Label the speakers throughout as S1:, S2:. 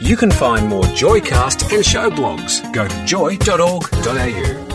S1: You can find more Joycast and show blogs. Go to joy.org.au.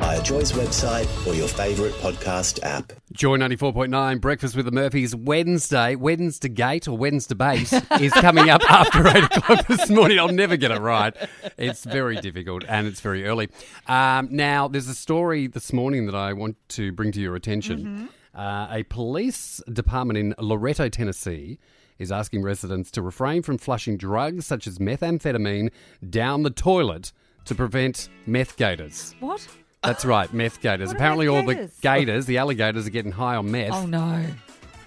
S2: via Joy's website or your favourite podcast app.
S3: Joy 94.9, Breakfast with the Murphys, Wednesday, Wednesday Gate or Wednesday Base is coming up after 8 o'clock this morning. I'll never get it right. It's very difficult and it's very early. Um, now, there's a story this morning that I want to bring to your attention. Uh, a police department in Loretto, Tennessee is asking residents to refrain from flushing drugs such as methamphetamine down the toilet to prevent meth gators.
S4: What?
S3: That's right, meth gators.
S4: What are
S3: Apparently,
S4: meth
S3: all
S4: gators?
S3: the gators, the alligators, are getting high on meth.
S4: Oh no.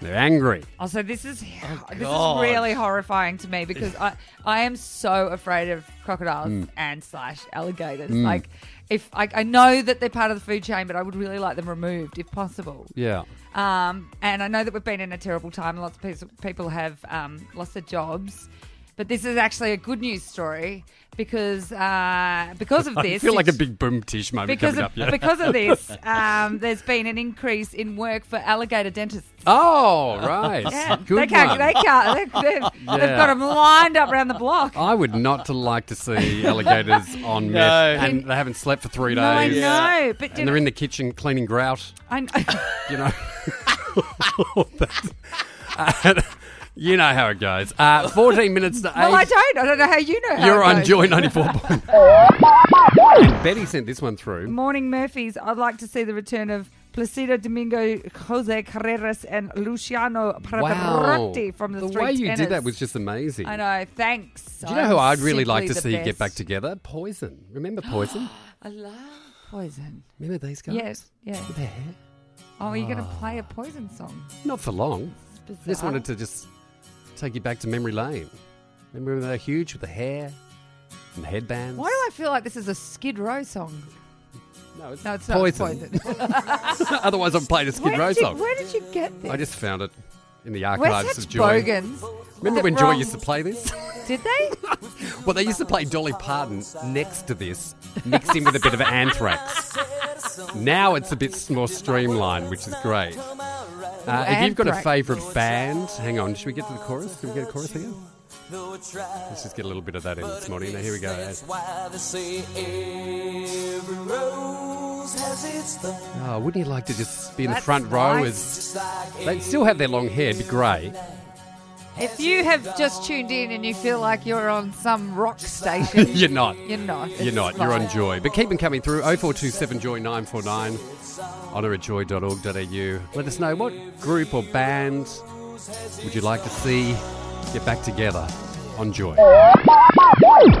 S3: They're angry.
S4: Oh, so this is this
S3: God.
S4: is really horrifying to me because I I am so afraid of crocodiles
S3: Mm.
S4: and slash alligators. Like, if I, I know that they're part of the food chain, but I would really like them removed if possible.
S3: Yeah.
S4: Um, and I know that we've been in a terrible time. Lots of peo- people have um, lost their jobs. But this is actually a good news story because uh, because of
S3: I
S4: this,
S3: feel like a big boom tish moment
S4: because
S3: coming
S4: of
S3: up. Yeah.
S4: because of this, um, there's been an increase in work for alligator dentists.
S3: oh, right.
S4: Yeah,
S3: Good
S4: they can't.
S3: one.
S4: They can't. They, they've,
S3: Yeah. Oh,
S4: they've got them lined up around the block.
S3: I would not to like to see alligators on
S5: No.
S3: meth and they haven't slept for three
S4: No, I
S3: days.
S4: know, but
S3: And they're in the kitchen cleaning grout,
S4: I know.
S3: you know. All that. Uh, you know how it goes. Uh, 14 minutes to 8.
S4: well, I don't. I don't know how you know. How
S3: You're
S4: it
S3: on
S4: goes.
S3: Joy 94. and Betty sent this one through.
S4: Morning Murphys. I'd like to see the return of Placido Domingo, Jose Carreras, and Luciano Pavarotti from the, three
S3: way you did
S4: tenors.
S3: that was just amazing.
S4: I know. Thanks.
S3: Do you know who I'd really like to
S4: simply
S3: see
S4: the
S3: get back
S4: best.
S3: together? Poison. Remember Poison?
S4: I love Poison.
S3: Remember these guys?
S4: Yes. Yeah.
S3: With their hair?
S4: Oh, you're going to play a Poison song.
S3: Not for long.
S4: It's
S3: I just
S4: bizarre.
S3: wanted to just take you back to memory lane. Remember when they were huge with the hair and the headbands?
S4: Why do I feel like this is a Skid Row song?
S3: No, it's,
S4: No, it's not
S3: poison.
S4: Poison.
S3: Otherwise, I'm playing a Skid
S4: Where
S3: Row
S4: did you-
S3: song.
S4: Where did you get this?
S3: I just found it in the
S4: We're
S3: archives
S4: such
S3: of Joy.
S4: bogans.
S3: Remember
S4: The
S3: when Joy
S4: wrong-
S3: used to play this?
S4: Did they?
S3: well, they used to play Dolly Parton next to this, mixed in with a bit of anthrax. Now it's a bit more streamlined, which is great. Uh, if you've got a
S4: Anthrax.
S3: favourite band, hang on, should we get to the chorus? Can we get a chorus again? Let's just get a little bit of that in this morning. Now, here we go. Oh, wouldn't you like to just be in the
S4: That's
S3: front row
S4: nice.
S3: as they still have their long hair, it'd be grey.
S4: If you have just tuned in and you feel like you're on some rock station,
S3: You're not.
S4: You're not.
S3: You're
S4: It's
S3: not. You're
S4: fine.
S3: on Joy. But keep them coming through. 0427 Joy 949. Honour at joy.org.au. Let us know what group or band would you like to see get back together on Joy.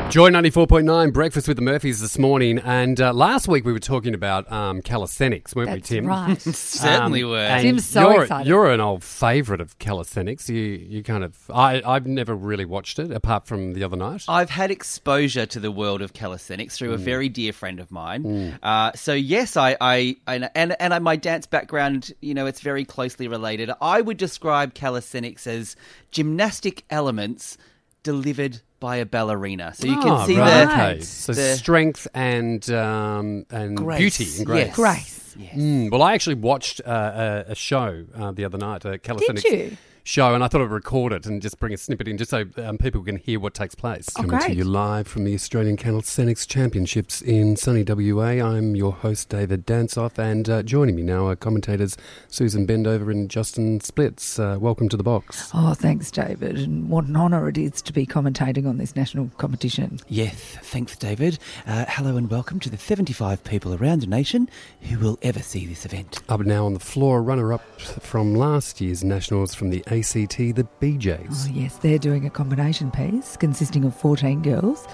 S3: Joy 94.9, Breakfast with the Murphys this morning. And uh, last week we were talking about um, calisthenics, weren't
S4: That's
S3: we, Tim?
S4: right.
S5: Certainly
S3: Um,
S5: were.
S3: and
S4: Tim's so
S3: you're,
S4: excited.
S3: You're an old favourite of calisthenics. You you kind of I I've never really watched it apart from the other night.
S5: I've had exposure to the world of calisthenics
S3: Mm.
S5: through a very dear friend of mine. Uh, so yes, I, I and and, and I, my dance background, you know, it's very closely related. I would describe calisthenics as gymnastic elements delivered by a ballerina. So you
S3: Ah,
S5: can see
S3: right,
S5: the,
S3: okay. so
S5: the-
S3: strength and um, and
S5: Grace,
S3: beauty and grace.
S5: yes.
S4: Grace.
S5: Yes.
S3: Mm, well, I actually watched uh, a, a show uh, the other night, a calisthenics
S4: you?
S3: show, and I thought I'd record it and just bring a snippet in, just so um, people can hear what takes place.
S5: Oh,
S3: Coming to
S4: great.
S3: you live from the Australian Calisthenics Championships in sunny WA. I'm your host David Dansoff, and uh, joining me now are commentators Susan Bendover and Justin Splits. Uh, welcome to the box.
S4: Oh, thanks, David. And what an honour it is to be commentating on this national competition.
S5: Yes, thanks, David. Uh, hello and welcome to the 75 people around the nation who will ever see this event.
S3: Up now on the floor, runner-up from last year's nationals from the ACT, the BJs.
S4: Oh, yes, they're doing a combination piece consisting of 14 girls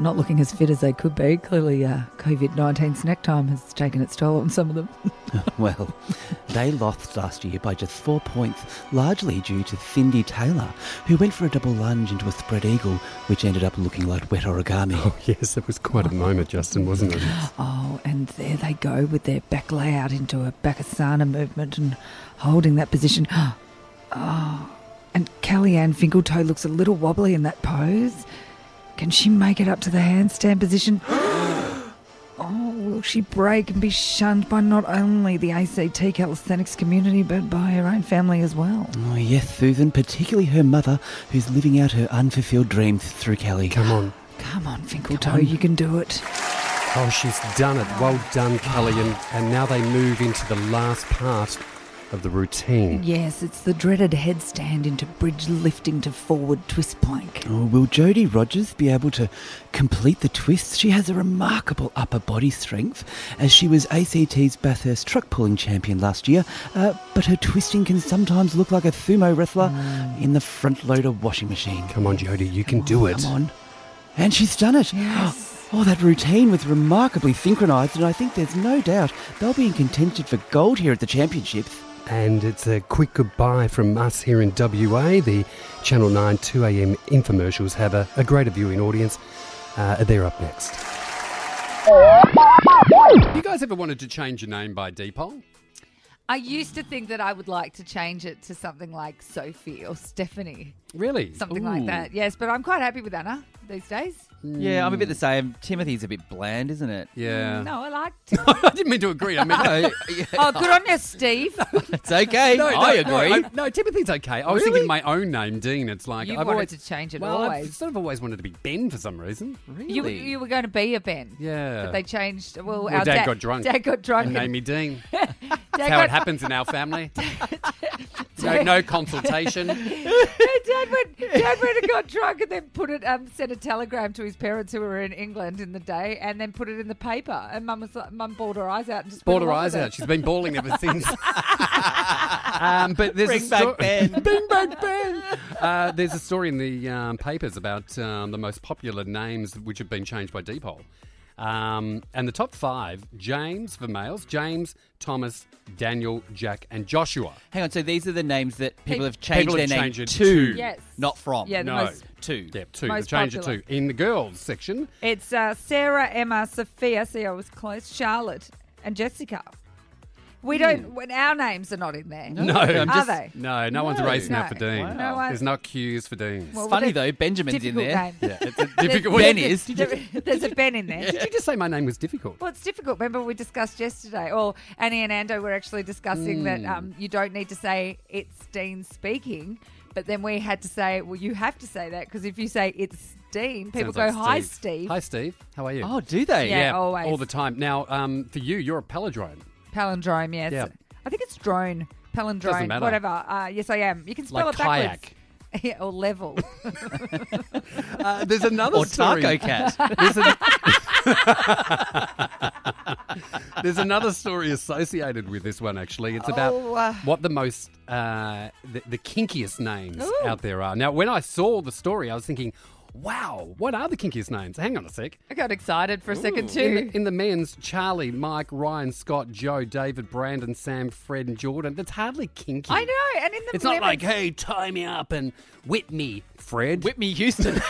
S4: not looking as fit as they could be. Clearly, uh, COVID 19 snack time has taken its toll on some of them.
S5: Well, they lost last year by just four points, largely due to Cindy Taylor, who went for a double lunge into a spread eagle, which ended up looking like wet
S3: Oh,
S5: origami.
S3: Yes, it was quite a moment, Justin, wasn't it?
S4: Oh, and there they go with their back layout into a Bakasana movement and holding that position. Oh, and Kellyanne Fingletoe looks a little wobbly in that pose. Can she make it up to the handstand position? oh, will she break and be shunned by not only the ACT calisthenics community, but by her own family as well?
S5: Oh, yes, Susan, particularly her mother, who's living out her unfulfilled dreams through Kelly.
S3: Come on.
S4: Come on, Fingletoe, you can do it.
S3: Oh, she's done it. Well done, Kelly. And, and now they move into the last part of the routine.
S4: Yes, it's the dreaded headstand into bridge lifting to forward twist plank.
S5: Oh, will Jodie Rogers be able to complete the twist? She has a remarkable upper body strength, as she was ACT's Bathurst truck pulling champion last year. Uh, but her twisting can sometimes look like a sumo wrestler in the front loader washing machine.
S3: Come on, Jody, you can do it.
S5: Come on. And she's done it. Oh, that routine was remarkably synchronised, and I think there's no doubt they'll be in contention for gold here at the championships.
S3: And it's a quick goodbye from us here in WA. The Channel 9 2am infomercials have a, a greater viewing audience. Uh, they're up next. You guys ever wanted to change your name by Depol?
S4: I used to think that I would like to change it to something like Sophie or Stephanie,
S3: Really?
S4: something like
S5: Ooh.
S4: that. Yes, but I'm quite happy with Anna these days.
S5: Yeah, I'm a bit the same. Timothy's a bit bland, isn't it?
S3: Yeah.
S4: No, I liked.
S3: I didn't mean to agree. I mean, no,
S4: oh, good on you, Steve.
S5: It's okay.
S3: no,
S5: I
S3: no,
S5: agree.
S3: No, no, Timothy's okay. I was
S5: Really?
S3: thinking my own name, Dean. It's like
S4: You
S3: I've
S4: wanted
S3: always
S4: to change it
S3: Well, I've
S4: always.
S3: sort of always wanted to be Ben for some reason. Really?
S4: you you were going to be a Ben.
S3: Yeah.
S4: But they changed. Well,
S3: Well,
S4: our
S3: Dad got drunk.
S4: Dad got drunk.
S3: and named me Dean. That's
S4: Dad
S3: how
S4: got-
S3: it happens in our family. no, no consultation.
S4: Dad went. Dad went and got drunk, and then put it. Um, sent a telegram to his parents who were in England in the day, and then put it in the paper. And Mum was like, Mum bawled her eyes out and just
S3: Bawled
S4: went
S3: her
S4: along
S3: eyes
S4: with it.
S3: out. She's been bawling ever since. um, but there's a
S5: Bring back
S3: sto-
S5: Ben.
S3: Bring back Ben. Uh, there's a story in the um, papers about um, the most popular names which have been changed by Depol. Um, and the top five: James for males, James, Thomas, Daniel, Jack, and Joshua.
S5: Hang on. So these are the names that people have changed
S3: People
S5: their
S3: have
S5: name
S3: changed it
S5: to,
S3: to.
S4: Yes.
S5: not from.
S4: Yeah, the
S3: No.
S4: most
S5: to.
S3: Yeah, two. They've
S4: Most
S3: changed it
S4: popular.
S3: to in the girls section.
S4: It's uh, Sarah, Emma, Sophia. See, I was close. Charlotte and Jessica. We don't. when Our names are not in there.
S3: Hmm. No,
S4: are
S3: I'm just,
S4: they?
S3: No, no, one's
S5: No.
S3: racing
S4: No.
S3: out for Dean.
S5: Wow.
S4: No one-
S3: There's no queues for Deans.
S4: Well,
S5: Funny
S4: that's
S5: though, Benjamin's in
S4: Difficult
S5: there.
S4: name.
S3: yeah, it's a difficult
S5: Ben
S3: Did
S5: is.
S4: There- There's a Ben in there.
S3: you just say my name was difficult?
S4: Well, it's difficult. Remember, we discussed yesterday, or Annie and Ando were actually discussing that
S3: Hmm.
S4: um, you don't need to say it's Dean speaking, but then we had to say, well, you have to say that because if you say it's Dean, people
S3: Sounds
S4: go,
S3: like
S4: "Hi, Steve."
S3: Hi, Steve. How are you?
S5: Oh, do they?
S4: Yeah. always.
S3: all the time. Now, um, for you, you're a palindrome.
S4: Palindrome, yes.
S3: Yeah.
S4: I think it's drone, palindrome,
S3: Doesn't matter.
S4: whatever. Uh, yes, I am. You can spell
S3: Like
S4: it backwards.
S3: kayak.
S4: Yeah, or level.
S3: Uh, there's another
S4: Oh,
S5: Or
S3: story.
S5: Taco Cat.
S3: There's, an- There's another story associated with this one, actually. It's about
S4: Oh, uh.
S3: what the most, uh, the, the kinkiest names out there are. Now, when I saw the story, I was thinking, wow, what are the kinkiest names? Hang on a sec.
S4: I got excited for a second
S3: In
S4: too.
S3: the, in the men's, Charlie, Mike, Ryan, Scott, Joe, David, Brandon, Sam, Fred, and Jordan. That's hardly kinky.
S4: I know, and in the
S3: It's not like,
S4: women's-
S3: hey, tie me up and whip me, Fred.
S5: Whitney Houston.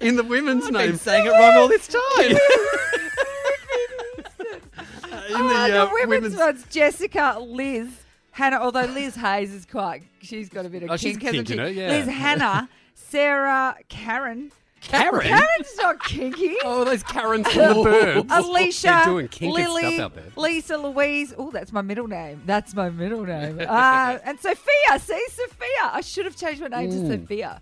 S3: In the women's
S5: I've
S3: name.
S5: been saying it wrong all this time.
S3: in
S4: Oh, the
S3: uh,
S4: women's, ones, Jessica, Liz, Hannah. Although Liz Hayes is quite, she's got a bit of
S3: Oh, she's
S4: kink, hasn't
S3: kinky, no?
S4: she?
S3: Yeah.
S4: Liz, Hannah, Sarah, Karen.
S3: Karen?
S4: Karen's not kinky.
S3: Oh, those Karens from the burbs.
S4: Alicia,
S3: They're doing kinky
S4: Lily,
S3: stuff out there.
S4: Lisa, Louise. Oh, that's my middle name. That's my middle name. Uh, and Sophia. See, Sophia. I should have changed my name to
S3: Mm.
S4: Sophia.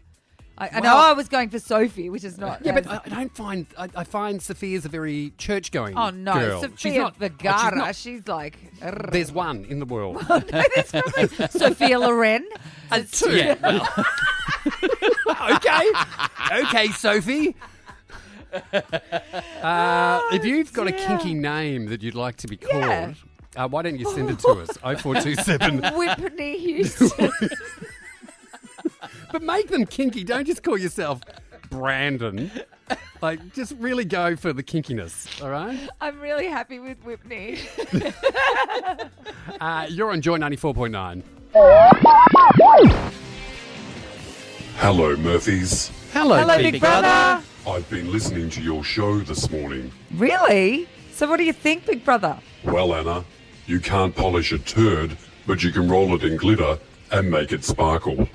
S4: I, I know
S3: Wow.
S4: I was going for Sophie, which is not.
S3: Yeah, but
S4: as-
S3: I I don't find I, I find Sophia's a very church going.
S4: oh no,
S3: girl.
S4: Sophia
S3: she's not, oh, she's
S4: Vergara.
S3: not-
S4: she's, like.
S3: there's one in the world.
S4: Sophia Loren.
S3: And two. okay, okay, Sophie. Uh, if you've got a kinky name that you'd like to be called,
S4: Yeah.
S3: uh, why don't Oh you send it to us? 0427
S4: Whitney Houston.
S3: but make them kinky. Don't just call yourself Brandon. Like, just really go for the kinkiness, all right?
S4: I'm really happy with Whitney.
S3: Uh, you're on Joy 94.9.
S6: Hello, Murphys.
S3: Hello, Big, Brother.
S6: I've been listening to your show this morning.
S4: Really? So what do you think, Big Brother?
S6: Well, Anna, you can't polish a turd, but you can roll it in glitter and make it sparkle.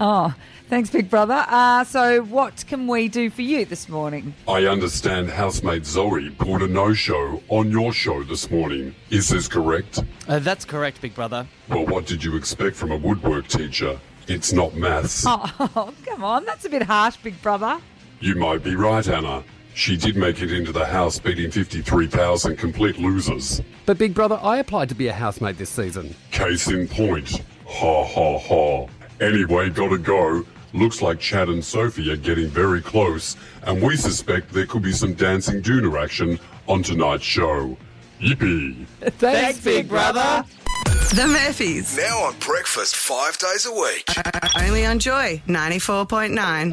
S4: Oh, thanks, Big Brother. Uh, so what can we do for you this morning?
S6: I understand housemate Zoe pulled a no show on your show this morning. Is this correct?
S5: Uh, that's correct, Big Brother.
S6: Well, what did you expect from a woodwork teacher? It's not maths.
S4: Oh, come on, that's a bit harsh, Big Brother.
S6: You might be right, Anna. She did make it into the house beating 53,000 complete losers.
S3: But Big Brother, I applied to be a housemate this season.
S6: Case in point. Ha ha ha. Anyway, gotta go. Looks like Chad and Sophie are getting very close, and we suspect there could be some dancing Duna action on tonight's show. Yippee!
S3: Thanks, Big Brother.
S7: The Murphys.
S8: Now on breakfast five days a week.
S7: Only on Joy 94.9.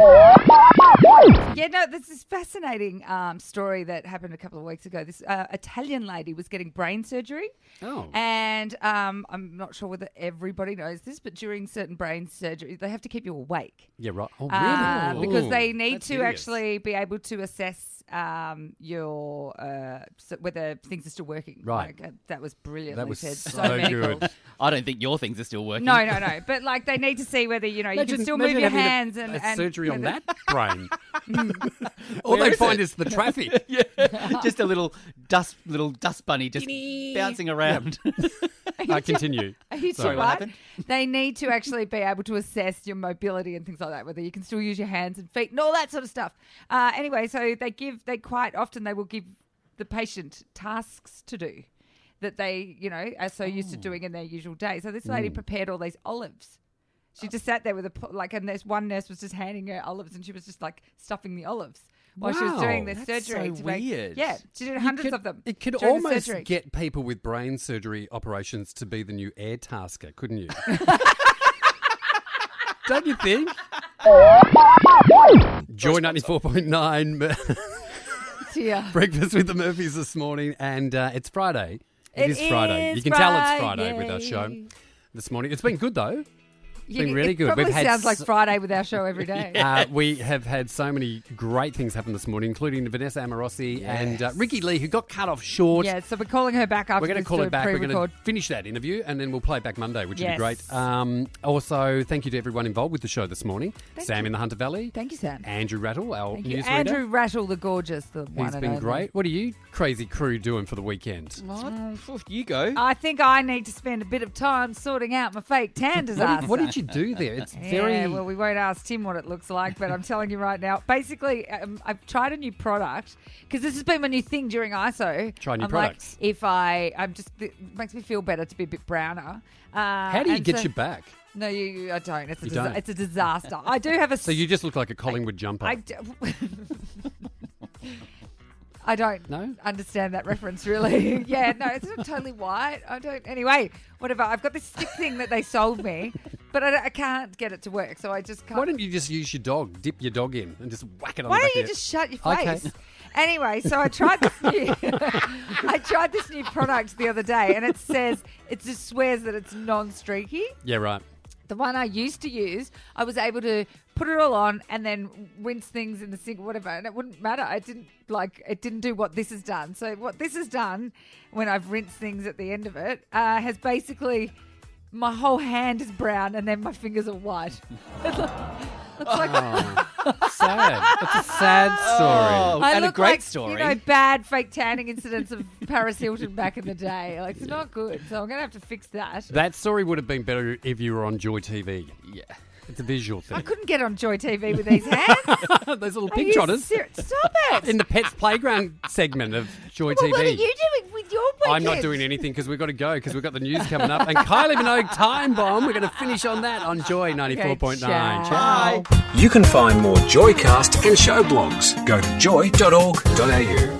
S4: Yeah, no, there's this fascinating um, story that happened a couple of weeks ago. This uh, Italian lady was getting brain surgery.
S3: Oh.
S4: And um, I'm not sure whether everybody knows this, but during certain brain surgery, they have to keep you awake.
S3: Yeah, right. Oh, really?
S4: Uh, because
S3: Ooh,
S4: they need
S3: that's
S4: to
S3: hideous.
S4: actually be able to assess um, your uh, s- whether things are still working.
S3: Right.
S4: Like, uh, that was brilliantly
S3: That was
S4: said.
S3: so,
S4: So, medical.
S3: good.
S5: I don't think your things are still working.
S4: No, no, no. But like they need to see whether you know you can still move
S3: imagine
S4: your
S3: having a-
S4: hands and,
S3: a
S4: and
S3: surgery on
S4: whether-
S3: that brain. All
S5: Where
S3: they
S5: is
S3: find
S5: it?
S3: is the traffic.
S5: just a little dust, little dust bunny just bouncing around.
S3: I Uh, continue.
S4: Are you
S3: Sorry,
S4: sure
S3: what
S4: what?
S5: happened?
S4: They need to actually be able to assess your mobility and things like that, whether you can still use your hands and feet and all that sort of stuff. Uh, anyway, so they give they quite often they will give the patient tasks to do that they you know are so
S3: Oh.
S4: used to doing in their usual day. So this
S3: Hmm.
S4: lady prepared all these olives. She just sat there with a po- like, and this one nurse was just handing her olives, and she was just like stuffing the olives while she was doing
S3: Wow,
S4: this
S5: that's
S4: surgery.
S5: so
S4: to make-
S5: weird.
S4: yeah, she did
S3: It
S4: hundreds
S3: could-
S4: of them.
S3: It could
S4: during the
S3: almost
S4: surgery.
S3: get people with brain surgery operations to be the new air tasker, couldn't you? Don't you think? Joy 94.9 Mur-
S4: Yeah.
S3: Breakfast with the Murphys this morning, and uh, it's Friday.
S4: It
S3: is Friday.
S4: is
S3: You can tell it's Friday with our show
S4: Friday.
S3: this morning. It's been good, though.
S4: Yeah,
S3: been
S4: it-
S3: really
S4: it
S3: good. We've
S4: Probably
S3: had
S4: sounds like
S3: so-
S4: Friday with our show every day.
S3: Uh, we have had so many great things happen this morning, including Vanessa Amorosi and uh, Ricky Lee, who got cut off short.
S4: Yeah, so we're calling her back after
S3: We're going to
S4: this
S3: call
S4: to
S3: it back. We're going
S4: pre-record.
S3: to finish that interview and then we'll play it back Monday, which
S4: Yes.
S3: would be great. Um, also, thank you to everyone involved with the show this morning Sam in the Hunter Valley.
S4: Thank you, Sam.
S3: Andrew Rattle, our
S4: Thank you.
S3: newsreader.
S4: Andrew Rattle, the gorgeous, the one
S3: He's
S4: and
S3: been
S4: only.
S3: great. What are you crazy crew doing for the weekend?
S5: What? You go.
S4: I think I need to spend a bit of time sorting out my fake tan
S3: What
S4: disaster.
S3: did, what did you do there? It's
S4: Yeah,
S3: very.
S4: well, we won't ask Tim what it looks like, but I'm telling you right now. Basically, um, I've tried a new product because this has been my new thing during ISO.
S3: Try new
S4: I'm
S3: products.
S4: Like, if I, I'm just, it makes me feel better to be a bit browner. Uh,
S3: how do you get your back?
S4: No, you, you, I don't. It's a,
S3: You
S4: disa-
S3: don't.
S4: It's a disaster. I do have a.
S3: So you just look like a Collingwood jumper.
S4: I d- I don't
S3: No?
S4: understand that reference really. yeah, no, it's not totally white. I don't. Anyway, whatever. I've got this stick thing that they sold me, but I, don't- I can't get it to work. So I just can't.
S3: Why don't you just use your dog, dip your dog in, and just whack it on
S4: Why
S3: the back
S4: don't you
S3: of your-
S4: just shut your
S3: Okay.
S4: face? Anyway, so I tried this new I tried this new product the other day and it says it just swears that it's non-streaky.
S3: Yeah, right.
S4: The one I used to use, I was able to put it all on and then rinse things in the sink, whatever, and it wouldn't matter. I didn't like it didn't do what this has done. So what this has done when I've rinsed things at the end of it uh, has basically my whole hand is brown and then my fingers are white. it's like
S3: Sad. it's a sad story.
S5: Oh, and a
S4: look
S5: great
S4: like,
S5: story.
S4: You know, bad fake tanning incidents of Paris Hilton back in the day. Like it's not good. So I'm gonna have to fix that.
S3: That story would have been better if you were on Joy TV.
S5: yeah.
S3: It's a visual
S4: I
S3: thing.
S4: couldn't get on Joy TV with these hands. Are
S3: Those little
S4: you
S3: pig trotters.
S4: ser- Stop it.
S3: in the pets playground segment of Joy
S4: Well,
S3: TV.
S4: What are you doing with your weekend?
S3: I'm not doing anything because we've got to go because we've got the news coming up and Kylie Minogue time bomb. We're going to finish on that on Joy 94.9.
S4: ciao.
S3: Ciao.
S1: You can find more Joycast and show blogs. Go to joy.org.au.